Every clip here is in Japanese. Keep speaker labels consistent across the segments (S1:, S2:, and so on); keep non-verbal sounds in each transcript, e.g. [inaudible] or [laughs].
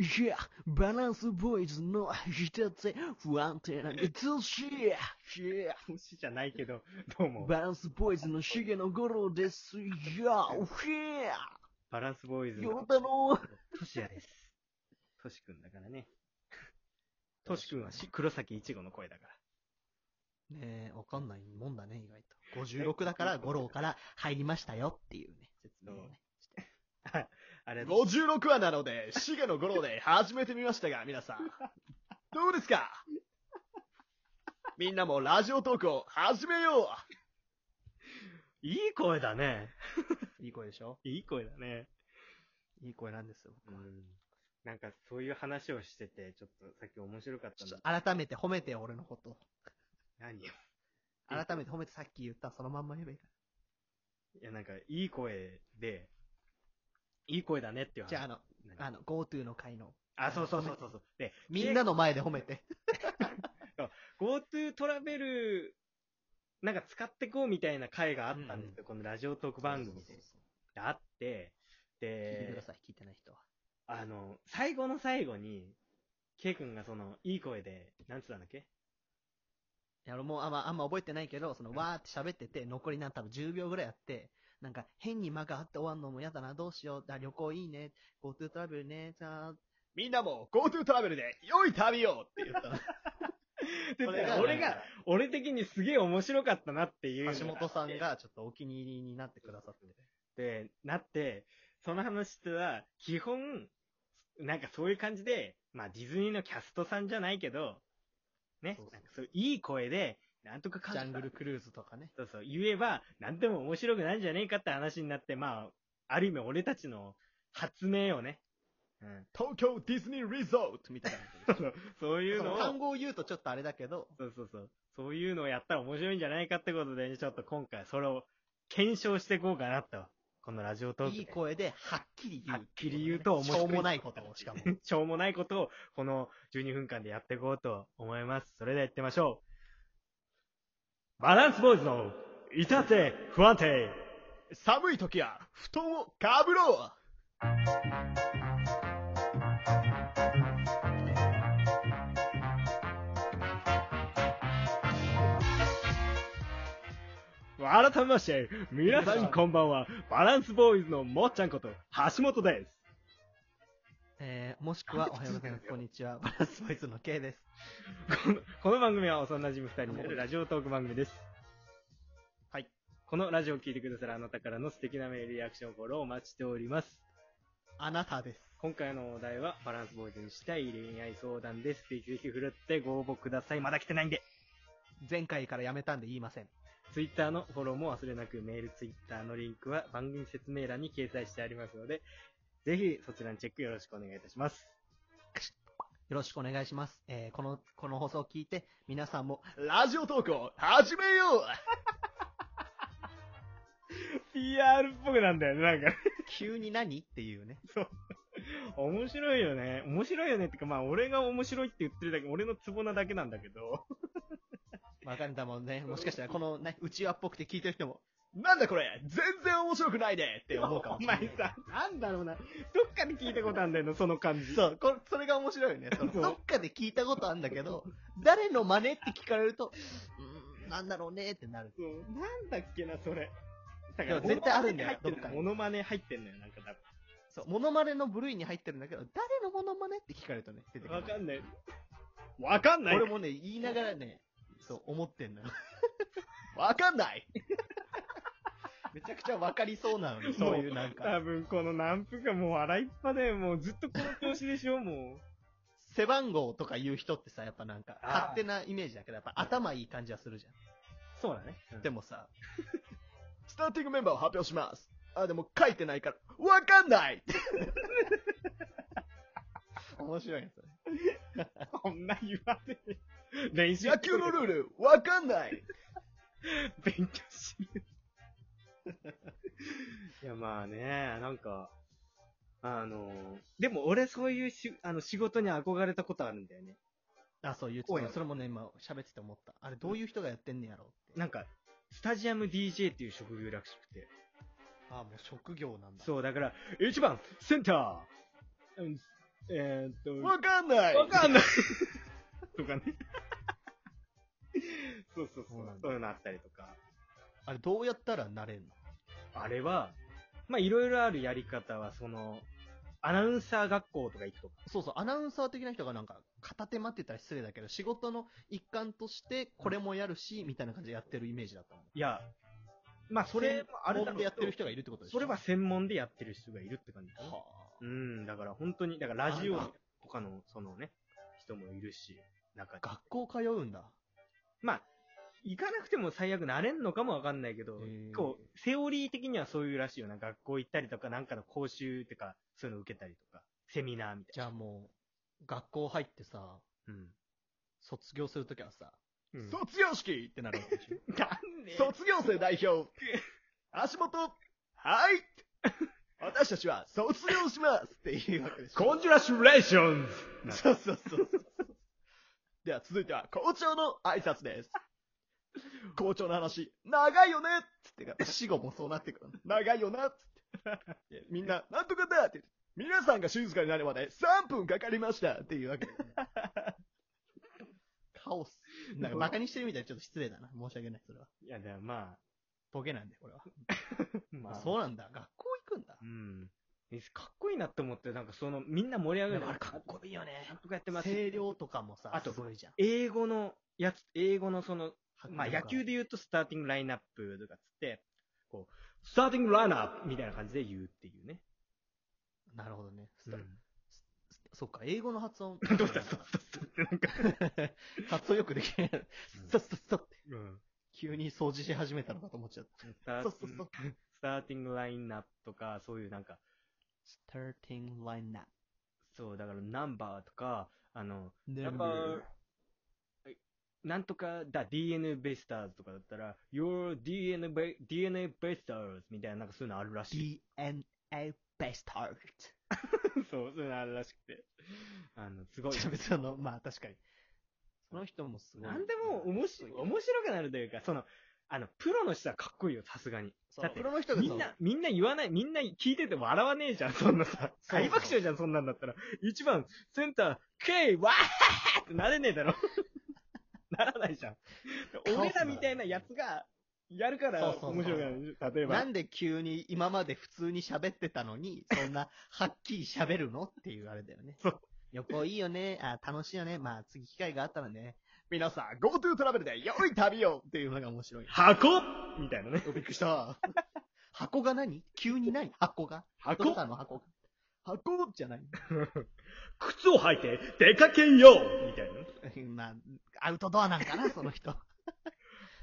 S1: いや、バランスボーイズの一つ不安定な美しい。いや
S2: 虫じゃないけど、どうも。
S1: バランスボーイズの重野五郎ですよ。いや、いや、
S2: バランスボーイズ
S1: よ
S2: の
S1: 太郎。
S2: トシヤです。トシ君だからね。トシ君はし黒崎いちごの声だから。
S3: ねえ、わかんないもんだね、意外と。56だから、五郎から入りましたよっていうね。
S2: 説
S3: ど
S2: 明
S3: う
S2: をね。はい。あれです。
S4: 56話なので、重野五郎で始めてみましたが、皆さん。どうですかみんなもラジオトークを始めよ
S2: いい声だね。
S3: [laughs] いい声でしょ
S2: いい声だね。
S3: いい声なんですよ、僕は。
S2: なんかそういう話をしてて、ちょっとさっき面白かったん
S3: ち
S2: だ
S3: ょっ。と改めて褒めてよ、俺のこと。
S2: 何よ。
S3: 改めて褒めてさっき言ったそのまんま言えばいいか
S2: いや、なんかいい声で、いい声だねっていう
S3: ら。
S2: 話
S3: じゃあ、あの、
S2: 何
S3: あの、GoTo の会の、
S2: あ、そうそうそうそうそう。で、
S3: みんなの前で褒めて。
S2: GoTo トラベル、なんか使ってこうみたいな回があったんですよ。このラジオトーク番
S3: そう
S2: 組で
S3: そう。そう
S2: あって、
S3: 聞いてく
S2: で
S3: だ、さい、聞いてない人は。
S2: あの、最後の最後に、ケイ君がその、いい声で、なんつったんだっけ
S3: いや、俺もうあんま、あんま覚えてないけど、その、わーって喋ってて、残りなん多分10秒ぐらいやって、なんか、変に間があって終わんのも嫌だな、どうしよう、だ旅行いいね、GoTo トラベルね、じゃあ、
S4: うみんなも GoTo トラベルで良い旅をって言ったの。
S2: で
S3: これ
S4: が
S2: 俺が、俺的にすげえ面白かったなっていうのがあって。
S3: 橋本さんがちょっとお気に入りになってくださって。
S2: ってなって、その話っては、基本、なんかそういう感じで、まあディズニーのキャストさんじゃないけど、ね、
S3: そうそう
S2: なんかそういい声で、なんとかかん
S3: ジャン
S2: とか
S3: グルクルーズとかね。
S2: そうそう、言えば、なんでも面白くないんじゃねえかって話になって、まあ、ある意味俺たちの発明をね、うん、
S4: 東京ディズニーリゾートみたいな。
S2: そういうのを、
S3: 単語を言うとちょっとあれだけど、
S2: そうそうそう、そういうのをやったら面白いんじゃないかってことで、ちょっと今回それを検証していこうかなと、このラジオトークで。
S3: いい声ではっきり言う、
S2: はっきり言うと面
S3: し
S2: 白い
S3: ょうもないことを、しか
S2: [laughs]
S3: も。
S2: しょうもないことを、この12分間でやっていこうと思います。それでは行ってみましょう。バランスボーイズの、いたって不安定。
S4: 寒い時は布団をかぶろ
S2: 改めまして、皆さんこんばんは。バランスボーイズのもっちゃんこと、橋本です。
S3: えー、もしくは、おはようございます。こんにちは。バランスボイスの K です。
S2: このこの番組は幼馴染み2人による [laughs] ラジオトーク番組です。はい。このラジオを聞いてくださるあなたからの素敵なメールリアクションフォローをお待ちしております。
S3: あなたです。
S2: 今回のお題は、バランスボーイズにしたい恋愛相談です。ぜひぜひ振るってご応募ください。まだ来てないんで。
S3: 前回からやめたんで言いません。
S2: ツイッターのフォローも忘れなく、メール、ツイッターのリンクは番組説明欄に掲載してありますので、ぜひそちらのチェックよろしくお願いいたします。
S3: よろしくお願いします。えー、この、この放送を聞いて、皆さんも、
S4: うラジオトークを始めよ
S2: PR っぽくなんだよね、なんかね。
S3: 急に何っていうね。
S2: 面白いよね。面白いよねってか、まあ俺が面白いって言ってるだけ、俺のツボなだけなんだけど。
S3: わかんだもんね。もしかしたら、このね、うちわっぽくて聞いてる人も、
S4: うなんだこれ全然面白くないねって思うかも
S2: お
S4: しれな
S2: 前
S4: い。
S2: さ、なんだろうな。どっかで聞いたことあんだよな、その感じ。
S3: そう、こそれが面白いよね。その
S2: そう
S3: どっかで聞いたことあるんだけど、誰の真似って聞かれると、うーん、なんだろうねってなる。
S2: そうなんだっけな、それ。だ
S3: でも絶対あるんだよ
S2: モノマネ入
S3: ど
S2: ってん
S3: っかに
S2: モノマネ入ってんのよ、なんか多
S3: そう、モノマネの部類に入ってるんだけど、誰のモノマネって聞かれるとね、出て
S2: 分。
S3: くる
S2: わ。かんない。わかんない。
S3: 俺もね、言いながらね、そう、思ってんのよ。
S4: わかんない
S3: めちゃくちゃわかりそうなのに、そういうなんか。
S2: 多分このナンプがもう笑いっぱで、もうずっとこの調子でしょ、もう。
S3: 背番号とか言う人ってさ、やっぱなんか、
S2: あー
S3: 勝手なイメージだけど、やっぱ頭いい感じはするじゃ
S2: そうだね。
S3: ん。でも
S4: [laughs]
S3: さ、
S4: スターティングメンバーを発表します。あ、でも書いてないから、わかんない
S3: [laughs] 面白いね、それ。
S2: こんな言わねえ。練習
S4: 野球のルール、わかんない
S2: 勉強しる。いや、まあね、なんか、あの、でも俺そういうしあの仕事に憧れたことあるんだよね。
S3: あ、そう、言う
S2: 声が
S3: それもね、今、喋ってて思った。あれ、どういう人がやってんねやろうって。
S2: なんか、スタジアム DJ っていう職業らしくて。
S3: あ、もう職業なんだ。
S2: そう、だから、1番、センター、うんえーっと、
S4: わかんない
S2: わかんない。とかね。そうそうそ
S3: そう
S2: う
S3: なん。だ
S2: そういうのあったりとか。
S3: あれ、どうやったらなれんの
S2: あれは、まあ、いろいろあるやり方は、その、アナウンサー学校とか行くとか。
S3: そうそう、アナウンサー的な人がなんか、片手待ってたら失礼だけど、仕事の一環として、これもやるし、みたいな感じでやってるイメージだったの。
S2: いや、まあ、それもあ
S3: あ
S2: る
S3: れ
S2: だろう
S3: で
S2: け
S3: やってる
S2: ど、
S3: 人がいるってことでしょ
S2: それは、専門でやってる人がいるって感じかな。
S3: は
S2: うん、だから本当に、だからラジ
S3: あ
S2: オ
S3: なんだ
S2: とかの、そのね、人もいるし、中に
S3: あ、学校通うんだ。
S2: まあ、行かなくても最悪なれんのかもわかんないけど
S3: へー、
S2: こう、セオリー的にはそういうらしいよな。学校行ったりとか、なんかの講習とか、そういうの受けたりとか、セミナーみたい
S3: じゃあもう、学校入ってさ、
S2: な。
S3: 卒業するときはさ、 [laughs]
S2: うん。う
S4: 卒業式
S3: ってなるわけでしょ。
S2: なんで
S4: 卒業生代表、足元、はい私たちは卒業しますっていうわけです。
S2: コンジュラシュレーションズ
S4: そうそうそうそう。では続いては校長の挨拶です。校長の話、長いよねっつってから、死後もそうなってくる。長いよなっつって。でみんな、なんとかだって。皆さんが静かになるまで3分かかりましたっていうわけで。
S3: カオス。なんか、馬鹿にしてるみたいでちょっと失礼だな。申し訳ない、それは。
S2: いや、だからま
S3: ボケなんで、これは。
S2: あ、まあ、
S3: そうなんだ。学校行くんだ。
S2: うん。えかっこいいなって思って、なんかその、みんな盛り上が
S3: で
S2: る。
S3: もあれかっこいいよね。
S2: なんとかやってます。
S3: 声量とかもさ、
S2: あと
S3: すごいじゃん。
S2: 英語のやつ、英語のその、まあ野球
S3: で。
S2: で言うとスターティングラインナップとかつって、こう、スターティングラインナップみたいな感じで言うっていうね。
S3: なるほどね。
S2: うん
S3: そっか、英語の発 [laughs] 音。
S2: どうしたそうそうそうなんか、
S3: 発音よくできない。スタスタスタって。
S2: うん。
S3: 急に掃除し始めたのかと思っちゃっ
S2: ス
S3: た。
S2: ター
S3: そうそうそう。
S2: スターティングラインナップとか、そういうなんか、
S3: スターティングラインナッ
S2: そう、だからナンバーとか、あの、
S3: プ。
S2: やっぱ、なんとかだ、DNA ベイスターズとかだったら、Your DNA, ba- DNA ベイスターズみたいな、なんかそういうのあるらしい。
S3: DNA ベスターズ。
S2: [laughs] そう、そういうのあるらしくて。あの、 [laughs] すごい。
S3: ちょ別にあの、まあ確かに。その人もすごい。
S2: なんでも面白
S3: そう
S2: 面白くなるというか、その、あの、プロの人はかっこいいよ、さすがに。だって
S3: プロの人が
S2: みんな、みんな言わない、みんな聞いてて笑わねえじゃん、そんなさ。
S3: そう
S2: 大爆笑じゃん、そんなんだったら。一番、センター、K、わーってなれねえだろ。 [laughs] ならないじゃん。
S3: オスだ
S2: 俺らみたいなやつが、やるから
S3: そうそうそう
S2: 面白くなる。例えば。
S3: なんで急に今まで普通に喋ってたのに、そんなはっきり喋るのっていうあれだ [laughs] よね。
S2: そう。
S3: 旅行いいよね。あ、楽しいよね。まあ次機会があったらね。
S4: 皆さん、GoTo トラベルで良い旅を
S3: っていうのが面白い。
S2: 箱みたいなね。
S3: びっくりした。 [laughs] 箱が何急に何箱が。
S2: 箱
S3: どうしたの箱が。箱じゃない。 [laughs]
S2: 靴を履いて出かけんようみたいなね。
S3: まあ、アウトドアなんかな、その人。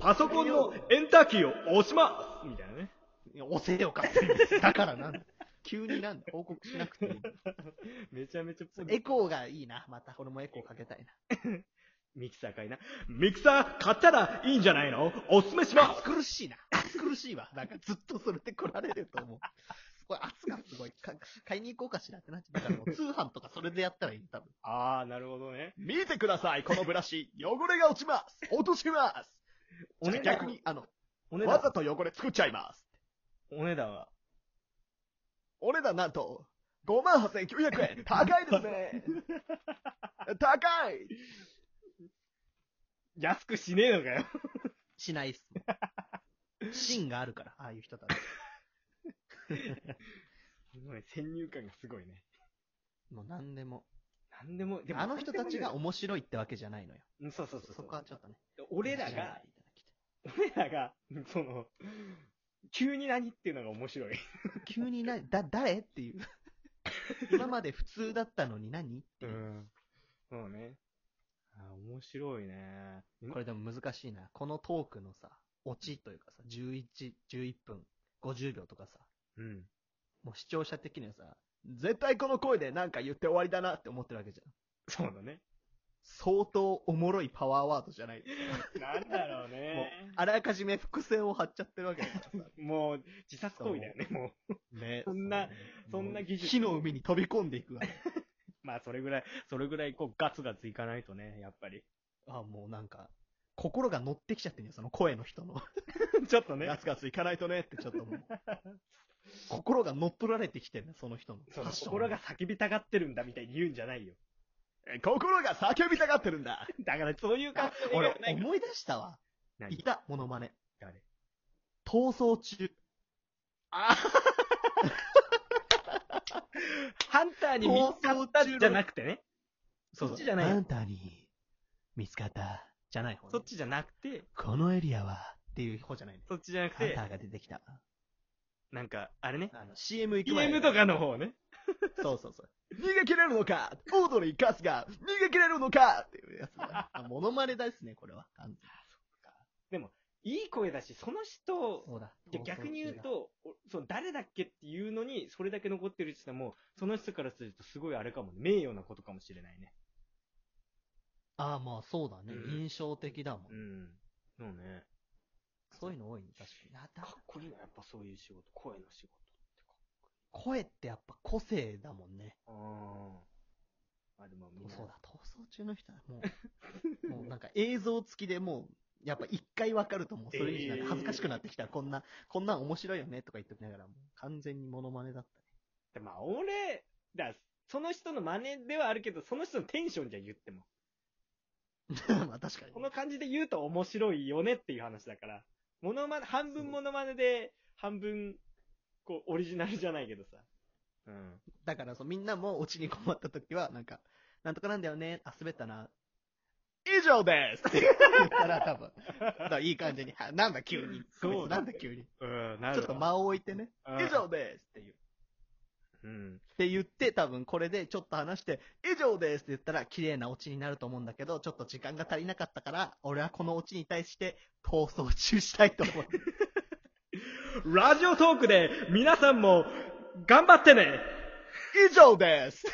S2: パソコンのエンターキーを押しますみたいなね。
S3: いや押せよかった。だから
S4: [laughs]
S3: なんだ。急になんだ。報告しなくていい。
S2: めちゃめちゃぽい
S3: エコーがいいな。また、俺もエコーかけたいな。
S2: ミキサー買いな。ミキサー買ったらいいんじゃないのおすすめします
S3: 暑苦しいな。暑苦しいわ。なんかずっとそれで来られると思う。すごい、暑がすごい。か買いに行こうかしらってなっちゃう。だからもう通販とかそれでやったらいい、多分。
S2: ああ、なるほどね。
S4: 見てください、このブラシ。汚れが落ちます。落とします。
S2: お値段
S4: 逆に、あの、
S2: お値
S4: わざ
S2: 段
S4: と汚れ作っちゃいます。
S2: お値段は。
S4: お値段なんと、58,900円。高いですね。
S3: [laughs]
S4: 高い。
S2: 安くしねえのかよ。
S3: しないっすもん。 [laughs] 芯があるから、ああいう人たち。
S2: すごい、先入観がすごいね。
S3: もう何でも。
S2: なんでも、でも、
S3: あの人たちが面白いってわけじゃないのよ。
S2: うん、そうそうそう。
S3: そこはちょっとね。
S2: 俺ら
S3: 知らな
S2: が
S3: い、でいただき
S2: 俺らが、その、急に何っていうのが面白い。
S3: たい急にな、だ、誰っていう。今まで普通だったのに何っていう。
S2: ん。そうね。あー面白いね。
S3: これでも難しいな。このトークのさ、オチというかさ、11、11分、50秒とかさ、
S2: うん。
S3: もう視聴者的にはさ、
S4: 絶対この声で何か言って終わりだなって思
S3: 思
S4: っ。
S3: っててるわけじゃん。
S2: そうだね。
S3: 相当おもろいパワーワードじゃない。
S2: なんだろ
S3: もう
S2: うね。、
S3: あらかじめ伏線を張っちゃってるわけだか
S2: もう、自殺行為だよね、もう。
S3: ら。ね
S2: そんな、そんな技術
S3: 火の海に飛び込んでいくわ。
S2: まあ、それぐらい、それぐらい、こう、ガツガツいかないとね、やっぱり。
S3: あ、もうなんか、心が乗ってきちゃってんよ、その声の人の。
S2: [laughs] ちょっとね。
S4: [laughs] ガツガツいかないとねって
S3: ちょっともう。心が乗っ取られてきてるね、その人の。
S2: その心が叫びたがってるんだみたいに言うんじゃないよ。
S3: え心が叫びたがってるん
S4: [laughs]
S3: だ。
S2: [laughs] だからそういう感じで
S3: 俺
S2: 映画ない、から
S3: 思い出したわ。
S2: 何
S3: いた、モノマネ。
S2: 誰
S3: 逃走中。
S2: あハンターに見つかったじゃなくてね。
S3: そう
S2: そ
S3: そ
S2: っ
S3: う
S2: ちじゃない
S4: あ
S2: よ。
S4: んたに見つかった。じゃない方、
S2: そ
S4: ね
S2: っ。ちじゃなくて、
S4: このエリアは、っていう方じゃないね。
S2: そっちじゃなく
S4: ハン
S2: て
S4: タ、ーが出てきた。
S2: なんか、あれね。
S4: あの、CM 行く前。
S2: ゲームとかの方ね。
S4: そうそうそう。
S3: 逃げ切れるのかオードリー・カスが逃げ切れるのかっていうやつだ
S4: [laughs] あモノマネですね、これは。あの
S2: いい声だし、その人、
S4: そうだ。
S2: じゃ逆に言うと、おそう誰だっけっていうのに、それだけ残ってるって言ったらもう、その人からするとすごいあれかもね、名誉なことかもしれないね。
S4: ああ、まあそうだね。
S2: うん
S4: 印象的だもん。
S2: うん。そうね。
S4: そういうの多いね、確かに。やだ
S2: かっこいいな、やっぱそういう仕事、声の仕事ってか。
S4: 声ってやっぱ個性だもんね。
S2: ああ。あ、でもみんな
S4: そうだ、逃走中の人はも [laughs] う、もうなんか映像付きでもう、やっぱ一回わかるともうそれ以上なんか恥ずかしくなってきたら、こんな、こんなん面白いよねとか言っときながら、もう完全にモノマネだったね。
S2: でまあ、俺、だからその人の真似ではあるけど、その人のテンションじゃ言っても。
S4: [laughs] まあ確かに
S2: こ。の感じで言うと面白いよねっていう話だから。モノマネ、半分モノマネで、半分、こう、オリジナルじゃないけどさ。うん。
S4: だからそう、みんなもオチに困った時は、なんか、なんとかなんだよね、あ、滑ったな、
S3: 以上です
S4: 言った [laughs] ら多分、だからいい感じに、あなんだ急に、
S2: そうだ
S4: なんだ急に。ち
S2: うん、な
S4: ょっと間を置いてね、
S2: あ
S3: 以上ですっていう。
S2: うん。
S4: って言って、多分これでちょっと話して、以上ですって言ったら、綺麗なオチになると思うんだけど、ちょっと時間が足りなかったから、俺はこのオチに対して、逃走中したいと思う。
S2: ラジオトークで、皆さんも、頑張ってね
S3: [laughs] 以上です